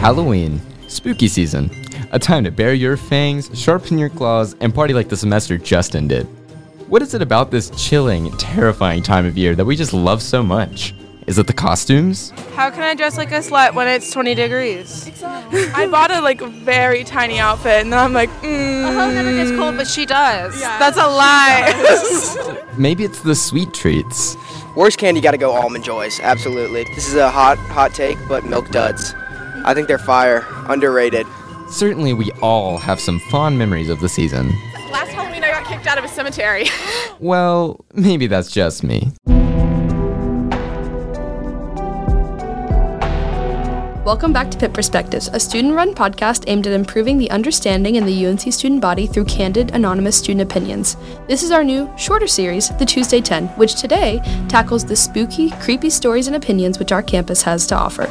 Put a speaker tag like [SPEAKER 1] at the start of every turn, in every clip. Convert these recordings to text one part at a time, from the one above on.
[SPEAKER 1] Halloween, spooky season. A time to bare your fangs, sharpen your claws, and party like the semester just ended. What is it about this chilling, terrifying time of year that we just love so much? Is it the costumes?
[SPEAKER 2] How can I dress like a slut when it's 20 degrees? I bought a like very tiny outfit, and then I'm like,
[SPEAKER 3] Uh-huh,
[SPEAKER 2] mm,
[SPEAKER 4] Her never gets cold, but she does.
[SPEAKER 2] that's a lie.
[SPEAKER 1] Maybe it's the sweet treats.
[SPEAKER 5] Worst candy got to go almond joys. Absolutely. This is a hot hot take, but milk duds. I think they're fire. Underrated.
[SPEAKER 1] Certainly, we all have some fond memories of the season.
[SPEAKER 3] Last Halloween, I got kicked out of a cemetery.
[SPEAKER 1] Well, maybe that's just me.
[SPEAKER 6] Welcome back to Pit Perspectives, a student run podcast aimed at improving the understanding in the UNC student body through candid, anonymous student opinions. This is our new, shorter series, The Tuesday 10, which today tackles the spooky, creepy stories and opinions which our campus has to offer.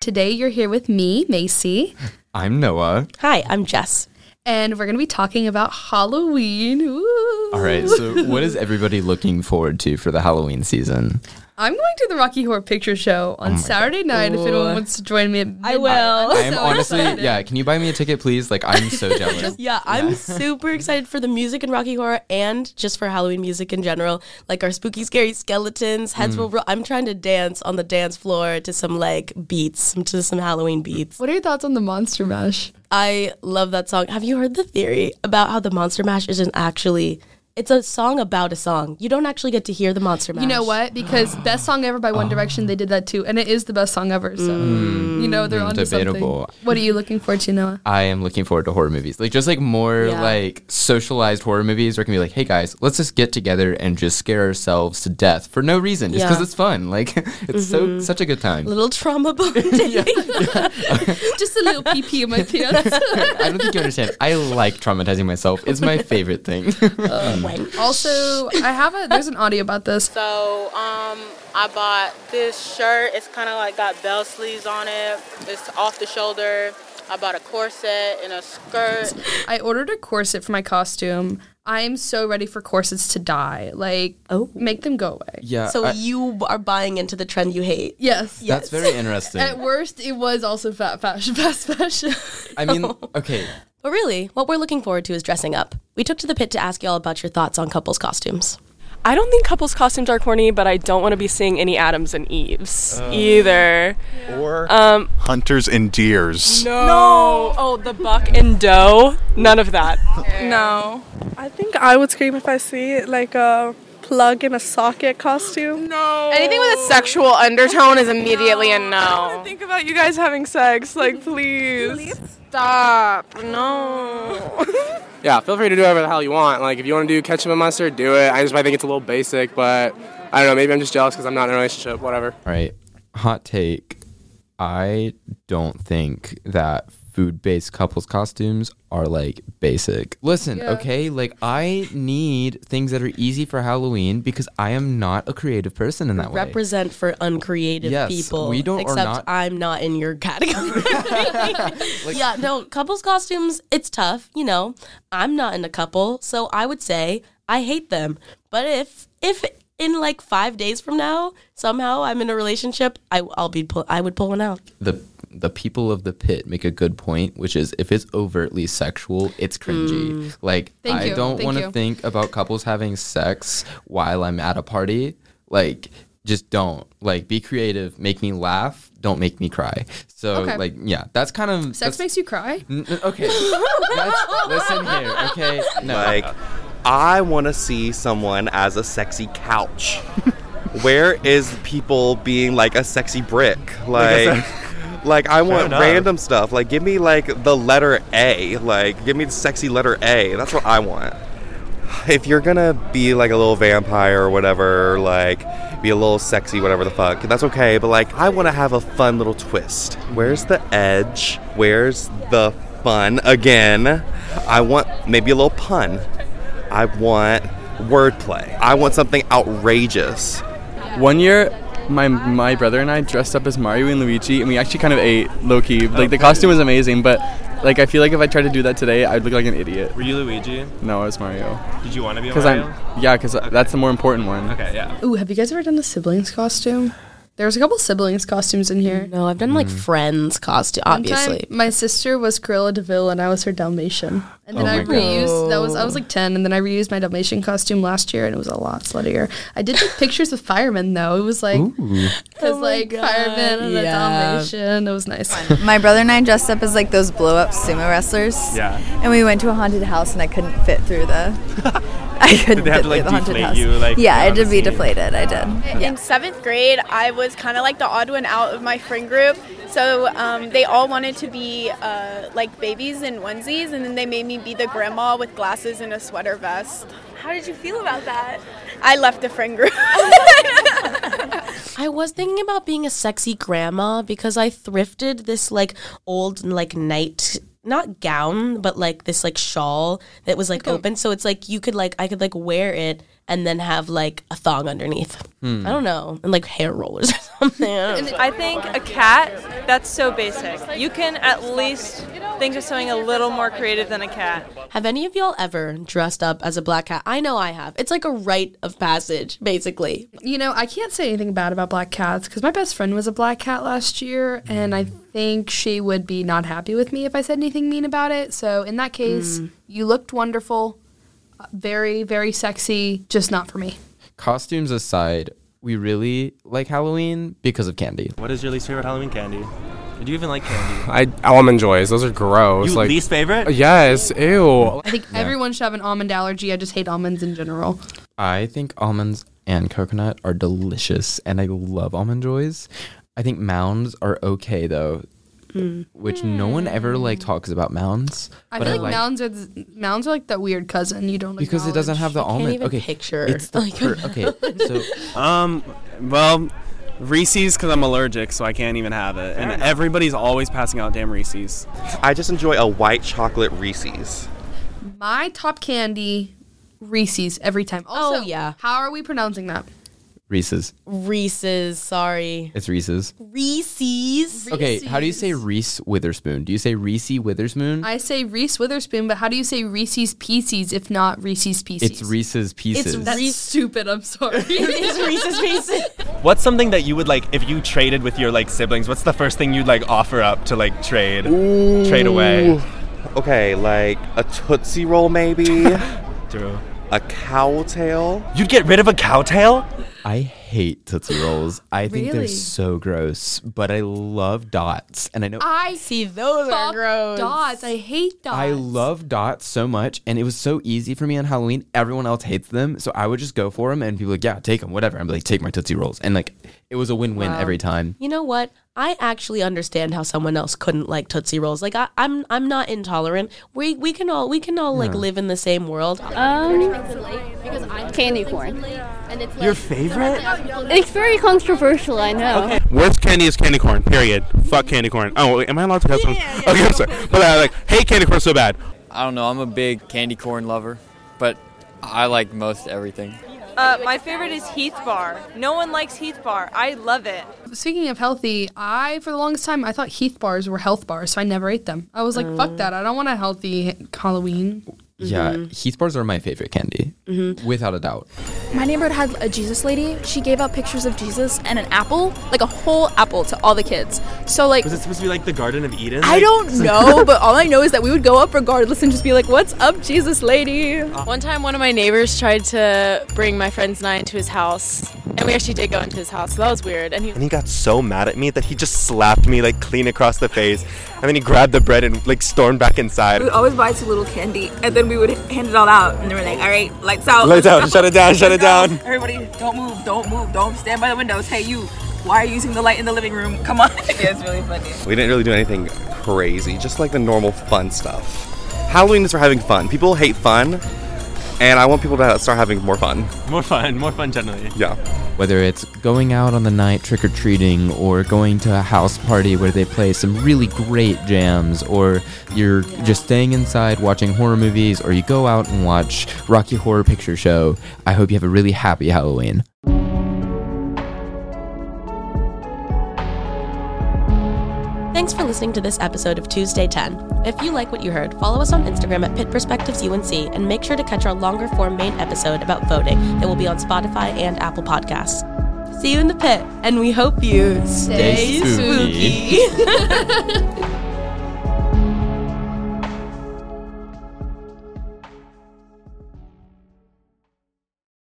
[SPEAKER 6] Today, you're here with me, Macy,
[SPEAKER 1] I'm Noah.
[SPEAKER 7] Hi, I'm Jess.
[SPEAKER 6] and we're going to be talking about Halloween. Ooh.
[SPEAKER 1] All right, so what is everybody looking forward to for the Halloween season?
[SPEAKER 6] I'm going to the Rocky Horror Picture Show
[SPEAKER 1] Oh
[SPEAKER 6] on Saturday night if anyone wants to join me. At midnight.
[SPEAKER 7] will.
[SPEAKER 1] I'm honestly, yeah, can you buy me a ticket, please? Like, I'm so jealous.
[SPEAKER 7] Yeah, I'm super excited for the music in Rocky Horror and just for Halloween music in general. Like our spooky, scary skeletons, heads will roll. I'm trying to dance on the dance floor to some like beats, some, to some Halloween beats.
[SPEAKER 6] What are your thoughts on the Monster Mash?
[SPEAKER 7] I love that song. Have you heard the theory about how the Monster Mash isn't actually? It's a song about a song. You don't actually get to hear the Monster Mash.
[SPEAKER 6] You know what? Because best song ever
[SPEAKER 1] Oh.
[SPEAKER 6] by One Direction, they did that too, and it is the best song ever. So you know they're onto
[SPEAKER 1] debatable.
[SPEAKER 6] something. What are you looking forward to, Noah?
[SPEAKER 1] I am looking forward to horror movies. Like, just like more
[SPEAKER 7] Yeah.
[SPEAKER 1] like socialized horror movies where it can be like, hey guys, let's just get together and just scare ourselves to death for no reason, just because
[SPEAKER 7] Yeah. Mm-hmm.
[SPEAKER 1] it's fun. Like, it's so such a good time.
[SPEAKER 7] Little trauma bonding.
[SPEAKER 6] Just a little pee pee in my pants.
[SPEAKER 1] I don't think you understand. I like traumatizing myself. It's my favorite thing.
[SPEAKER 7] Uh,
[SPEAKER 6] also, I have a there's an audio about this.
[SPEAKER 8] So um, I bought this shirt. It's kind of like got bell sleeves on it. It's off the shoulder. I bought a corset and a skirt.
[SPEAKER 6] I ordered a corset for my costume. I am so ready for corsets to die. Like,
[SPEAKER 7] Oh.
[SPEAKER 6] make them go away.
[SPEAKER 1] yeah.
[SPEAKER 7] so
[SPEAKER 1] I-
[SPEAKER 7] you are buying into the trend you hate.
[SPEAKER 6] Yes.
[SPEAKER 1] that's very interesting.
[SPEAKER 6] At worst, it was also fat fashion, fast fashion.
[SPEAKER 1] I mean, okay.
[SPEAKER 7] But really, what we're looking forward to is dressing up. We took to the pit to ask y'all about your thoughts on couples' costumes.
[SPEAKER 9] I don't think couples' costumes are corny, but I don't want to be seeing any Adams and Eves either.
[SPEAKER 10] Or hunters and deers.
[SPEAKER 9] No. Oh, the buck and doe. None of that.
[SPEAKER 2] no,
[SPEAKER 3] I think I would scream if I see it, like a plug in a socket costume.
[SPEAKER 2] no. Anything with a sexual undertone is immediately a no.
[SPEAKER 3] Think about you guys having sex, like please.
[SPEAKER 2] Stop. No.
[SPEAKER 5] Yeah, feel free to do whatever the hell you want. Like, if you want to do ketchup and mustard, do it. I just I think it's a little basic, but I don't know. Maybe I'm just jealous because I'm not in a relationship. Whatever.
[SPEAKER 1] All right. Hot take. I don't think that food based couples costumes are like basic. Listen, okay? Like I need things that are easy for Halloween because I am not a creative person in that way.
[SPEAKER 7] Represent for uncreative
[SPEAKER 1] Yes,
[SPEAKER 7] people.
[SPEAKER 1] we don't- are
[SPEAKER 7] Except
[SPEAKER 1] not-
[SPEAKER 7] I'm not in your category. yeah, no, couples' costumes, it's tough. You know, I'm not in a couple, so I would say I hate them. But if, if, in like five days from now, somehow I'm in a relationship. I, I'll be. Pull, I would pull one out.
[SPEAKER 1] The the people of the pit make a good point, which is if it's overtly sexual, it's cringy. Like
[SPEAKER 6] Mm. Thank
[SPEAKER 1] I
[SPEAKER 6] you,
[SPEAKER 1] don't
[SPEAKER 6] thank
[SPEAKER 1] want
[SPEAKER 6] you.
[SPEAKER 1] to think about couples having sex while I'm at a party. Like just don't. Like be creative, make me laugh, don't make me cry. So
[SPEAKER 6] Okay.
[SPEAKER 1] like yeah, that's kind of
[SPEAKER 6] Sex
[SPEAKER 1] that's-
[SPEAKER 6] makes you cry?
[SPEAKER 1] N- n- okay. Let's listen here. Okay. No.
[SPEAKER 11] Like, I want to see someone as a sexy couch. Where is people being like a sexy brick? Like, like, I want
[SPEAKER 10] enough.
[SPEAKER 11] random stuff. Like, give me like the letter A. Like, give me the sexy letter A. That's what I want. If you're gonna be like a little vampire or whatever, like be a little sexy, whatever the fuck, that's okay. But like, I want to have a fun little twist. Where's the edge? Where's the fun again? I want maybe a little pun. I want wordplay. I want something outrageous.
[SPEAKER 8] One year, my my brother and I dressed up as Mario and Luigi, and we actually kind of ate low key. Like the costume was amazing, but
[SPEAKER 12] Like I feel like if I tried to do that today, I'd look like an idiot.
[SPEAKER 13] Were you Luigi?
[SPEAKER 12] No, I was Mario.
[SPEAKER 13] Did you want to be a
[SPEAKER 12] Because
[SPEAKER 13] Mario?
[SPEAKER 12] I'm yeah, because that's the more important one.
[SPEAKER 13] Okay, yeah.
[SPEAKER 6] Ooh, have you guys ever done the siblings costume? There was a couple siblings costumes in here.
[SPEAKER 7] No, I've done like
[SPEAKER 1] Mm-hmm.
[SPEAKER 7] friends costume,
[SPEAKER 6] One time,
[SPEAKER 7] obviously.
[SPEAKER 6] my sister was Cruella Deville and I was her Dalmatian. And then
[SPEAKER 7] Oh
[SPEAKER 6] I
[SPEAKER 7] my God.
[SPEAKER 6] reused that was I was like ten, and then I reused my Dalmatian costume last year, and it was a lot sluttier. I did take pictures with firemen though. It was like because like firemen and a Dalmatian. It was nice.
[SPEAKER 14] My brother and I dressed up as like those blow up sumo wrestlers.
[SPEAKER 13] Yeah.
[SPEAKER 14] And we went to a haunted house and I couldn't fit through the I couldn't
[SPEAKER 13] Did they
[SPEAKER 14] fit
[SPEAKER 13] have to
[SPEAKER 14] through
[SPEAKER 13] like
[SPEAKER 14] the haunted
[SPEAKER 13] deflate
[SPEAKER 14] house.
[SPEAKER 13] you? Like
[SPEAKER 14] yeah, I
[SPEAKER 13] on the
[SPEAKER 14] did be
[SPEAKER 13] scene?
[SPEAKER 14] deflated. I did.
[SPEAKER 15] In seventh grade, I was kind of like the odd one out of my friend group. So um, they all wanted to be uh, like babies in onesies, and then they made me be the grandma with glasses and a sweater vest. How did you feel about that? I left the friend group.
[SPEAKER 7] I was thinking about being a sexy grandma because I thrifted this like old like night not gown but like this like shawl that was like open so it's like you could like I could like wear it and then have like a thong underneath.
[SPEAKER 16] Hmm.
[SPEAKER 7] I don't know. And like hair rollers or something. I don't know.
[SPEAKER 16] I think a cat, that's so basic. You can at least think of something a little more creative than a cat.
[SPEAKER 7] Have any of y'all ever dressed up as a black cat? I know I have. It's like a rite of passage basically.
[SPEAKER 6] You know, I can't say anything bad about black cats because my best friend was a black cat last year, and
[SPEAKER 1] Mm.
[SPEAKER 6] I think she would be not happy with me if I said anything mean about it. So, in that case,
[SPEAKER 7] Mm.
[SPEAKER 6] you looked wonderful, uh, very, very sexy, just not for me.
[SPEAKER 1] Costumes aside, we really like Halloween because of candy.
[SPEAKER 13] What is your least favorite Halloween candy? Do you even like candy?
[SPEAKER 5] I almond joys. Those are gross.
[SPEAKER 13] You
[SPEAKER 5] like
[SPEAKER 13] least favorite?
[SPEAKER 5] Yes. Ew.
[SPEAKER 6] I think everyone should have an almond allergy. I just hate almonds in general.
[SPEAKER 1] I think almonds and coconut are delicious, and I love almond joys. I think mounds are okay though,
[SPEAKER 6] Mm.
[SPEAKER 1] which no one ever like talks about mounds.
[SPEAKER 6] I feel like, mounds are th- mounds are like that weird cousin you don't
[SPEAKER 1] because it doesn't have the almond. okay, It's the per- okay. So
[SPEAKER 13] Um, well, Reese's because I'm allergic, so I can't even have it. and everybody's always passing out damn Reese's.
[SPEAKER 11] I just enjoy a white chocolate Reese's.
[SPEAKER 6] acknowledge. My top candy, Reese's every time. Also, oh yeah, how are we pronouncing that?
[SPEAKER 1] Reese's.
[SPEAKER 7] Reese's, sorry.
[SPEAKER 1] It's Reese's.
[SPEAKER 7] Reese's.
[SPEAKER 1] Okay, how do you say Reese Witherspoon? Do you say Reese Witherspoon?
[SPEAKER 6] I say Reese Witherspoon, but how do you say Reese's Pieces if not Reese's Pieces?
[SPEAKER 1] It's Reese's Pieces.
[SPEAKER 6] That's stupid. I'm sorry. it's
[SPEAKER 7] Reese's Pieces.
[SPEAKER 13] What's something that you would like if you traded with your like siblings? What's the first thing you'd like offer up to like trade, trade away?
[SPEAKER 11] Okay, like a Tootsie Roll maybe?
[SPEAKER 13] True.
[SPEAKER 11] A cow tail?
[SPEAKER 13] You'd get rid of a cow tail?
[SPEAKER 1] I hate Tootsie Rolls. I think they're
[SPEAKER 6] Really?
[SPEAKER 1] so gross, but I love dots. And I know
[SPEAKER 6] I
[SPEAKER 7] see those
[SPEAKER 6] are gross. Dots. I hate dots.
[SPEAKER 1] I love dots so much. And it was so easy for me on Halloween. Everyone else hates them. So I would just go for them and people like, yeah, take them, whatever. I'm like, take my Tootsie Rolls. And like, it was a win win
[SPEAKER 7] Wow.
[SPEAKER 1] every time.
[SPEAKER 7] You know what? I actually understand how someone else couldn't like Tootsie Rolls. Like I, I'm, I'm not intolerant. We, we can all, we can all like
[SPEAKER 1] Yeah.
[SPEAKER 7] live in the same world. Uh,
[SPEAKER 17] candy corn. And it's
[SPEAKER 13] Your favorite?
[SPEAKER 17] It's very controversial, I know.
[SPEAKER 18] Worst candy is candy corn. Period. Fuck candy corn. Oh, wait, am I allowed to have some? okay, I'm sorry. But I like hate candy corn so bad.
[SPEAKER 19] I don't know. I'm a big candy corn lover, but I like most everything.
[SPEAKER 9] Uh, my favorite is Heath Bar. No one likes Heath Bar. I love it.
[SPEAKER 6] Speaking of healthy, I for the longest time I thought Heath bars were health bars, so I never ate them. I was like, fuck that. I don't want a healthy Halloween.
[SPEAKER 1] Yeah. Heath bars are my favorite candy, without a doubt.
[SPEAKER 20] My neighborhood had a Jesus lady. She gave out pictures of Jesus and an apple, like a whole apple to all the kids. So like
[SPEAKER 13] Was it supposed to be like the Garden of Eden?
[SPEAKER 20] I
[SPEAKER 13] Like-
[SPEAKER 20] don't know, but all I know is that we would go up regardless and just be like, "What's up, Jesus lady?"
[SPEAKER 21] Uh. One time, one of my neighbors tried to bring my friend's and I into his house, and we actually did go into his house. So that was weird. And he
[SPEAKER 11] And he got so mad at me that he just slapped me like clean across the face. And then he grabbed the bread and like stormed back inside.
[SPEAKER 22] We would always buy some little candy, and then we would hand it all out, and they were like, "All right, lights out,
[SPEAKER 11] Lights out, shut it down, shut it down."
[SPEAKER 22] Everybody, don't move, don't move, don't stand by the windows. Hey, you, why are you using the light in the living room? Come on." yeah, it's really funny.
[SPEAKER 11] We didn't really do anything crazy, just like the normal fun stuff. Halloween is for having fun. People hate fun, and I want people to start having more fun.
[SPEAKER 13] More fun, more fun generally.
[SPEAKER 11] Yeah.
[SPEAKER 1] Whether it's going out on the night trick or treating, or going to a house party where they play some really great jams, or you're just staying inside watching horror movies, or you go out and watch Rocky Horror Picture Show, I hope you have a really happy Halloween.
[SPEAKER 7] Thanks for listening to this episode of Tuesday 10. If you like what you heard, follow us on Instagram at Pit Perspectives UNC and make sure to catch our longer form main episode about voting that will be on Spotify and Apple Podcasts. See you in the pit, and we hope you
[SPEAKER 6] Stay
[SPEAKER 7] stay spooky.